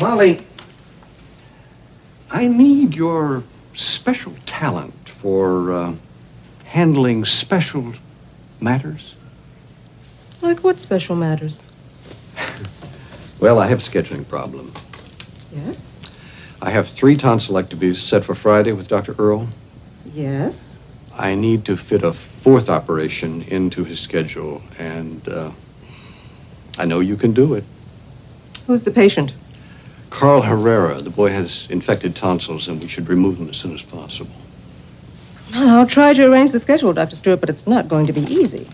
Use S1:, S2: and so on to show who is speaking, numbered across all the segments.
S1: Molly, I need your special talent for uh, handling special matters.
S2: Like what special matters?
S1: Well, I have a scheduling problem.
S2: Yes.
S1: I have three tonsillectomies set for Friday with Dr. Earl.
S2: Yes.
S1: I need to fit a fourth operation into his schedule, and uh, I know you can do it.
S2: Who's the patient?
S1: Carl Herrera, the boy has infected tonsils, and we should remove them as soon as possible.
S2: Well, I'll try to arrange the schedule, Dr. Stewart, but it's not going to be easy.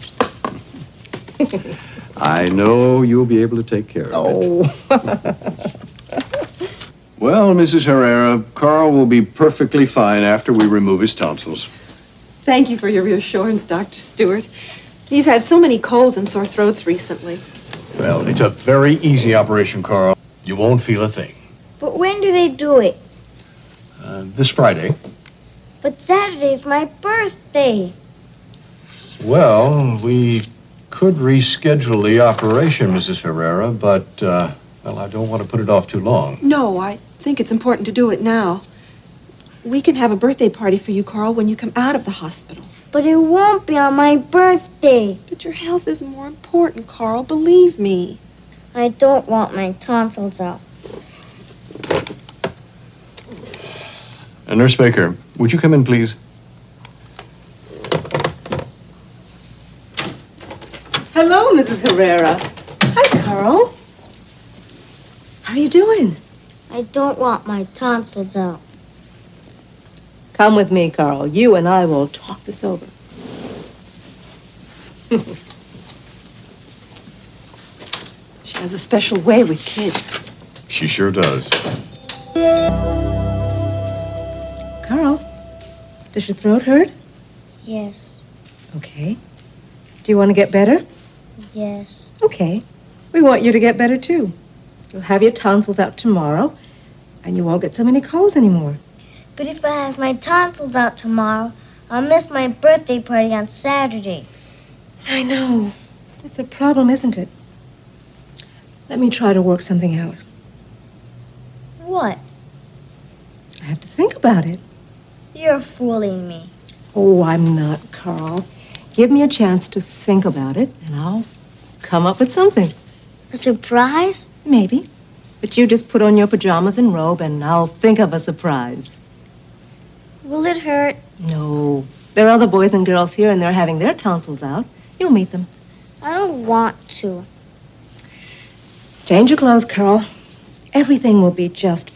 S1: I know you'll be able to take care
S2: Oh,
S1: of it. Well, Mrs. Herrera, Carl will be perfectly fine after we remove his tonsils.
S3: Thank you for your reassurance, Dr. Stewart. He's had so many colds and sore throats recently.
S1: Well, it's a very easy operation, Carl. You won't feel a thing.
S4: But when do they do it?
S1: Uh, this Friday.
S4: But Saturday's my birthday.
S1: Well, we could reschedule the operation, Mrs. Herrera, but, uh, well, I don't want to put it off too long.
S3: No, I think it's important to do it now. We can have a birthday party for you, Carl, when you come out of the hospital.
S4: But it won't be on my birthday.
S3: But your health is more important, Carl. Believe me.
S4: I don't want my tonsils out.
S1: Uh, Nurse Baker, would you come in, please?
S2: Hello, Mrs. Herrera. Hi, Carl. How are you doing?
S4: I don't want my tonsils out.
S2: Come with me, Carl. You and I will talk this over.
S3: She has a special way with kids.
S1: She sure does.
S2: Carl, does your throat hurt?
S4: Yes,
S2: Okay. Do you want to get better?
S4: yes.
S2: Okay. We want you to get better, too. You'll have your tonsils out tomorrow, and you won't get so many colds anymore.
S4: But if I have my tonsils out tomorrow, I'll miss my birthday party on Saturday.
S2: I know. It's a problem, isn't it? Let me try to work something out.
S4: What?
S2: I have to think about it.
S4: You're fooling me.
S2: Oh, I'm not, Carl. Give me a chance to think about it, and I'll come up with something.
S4: A surprise?
S2: Maybe. But you just put on your pajamas and robe, and I'll think of a surprise.
S4: Will it hurt?
S2: No. There are other boys and girls here, and they're having their tonsils out. You'll meet them.
S4: I don't want to.
S2: Change your clothes, Carl. Everything will be just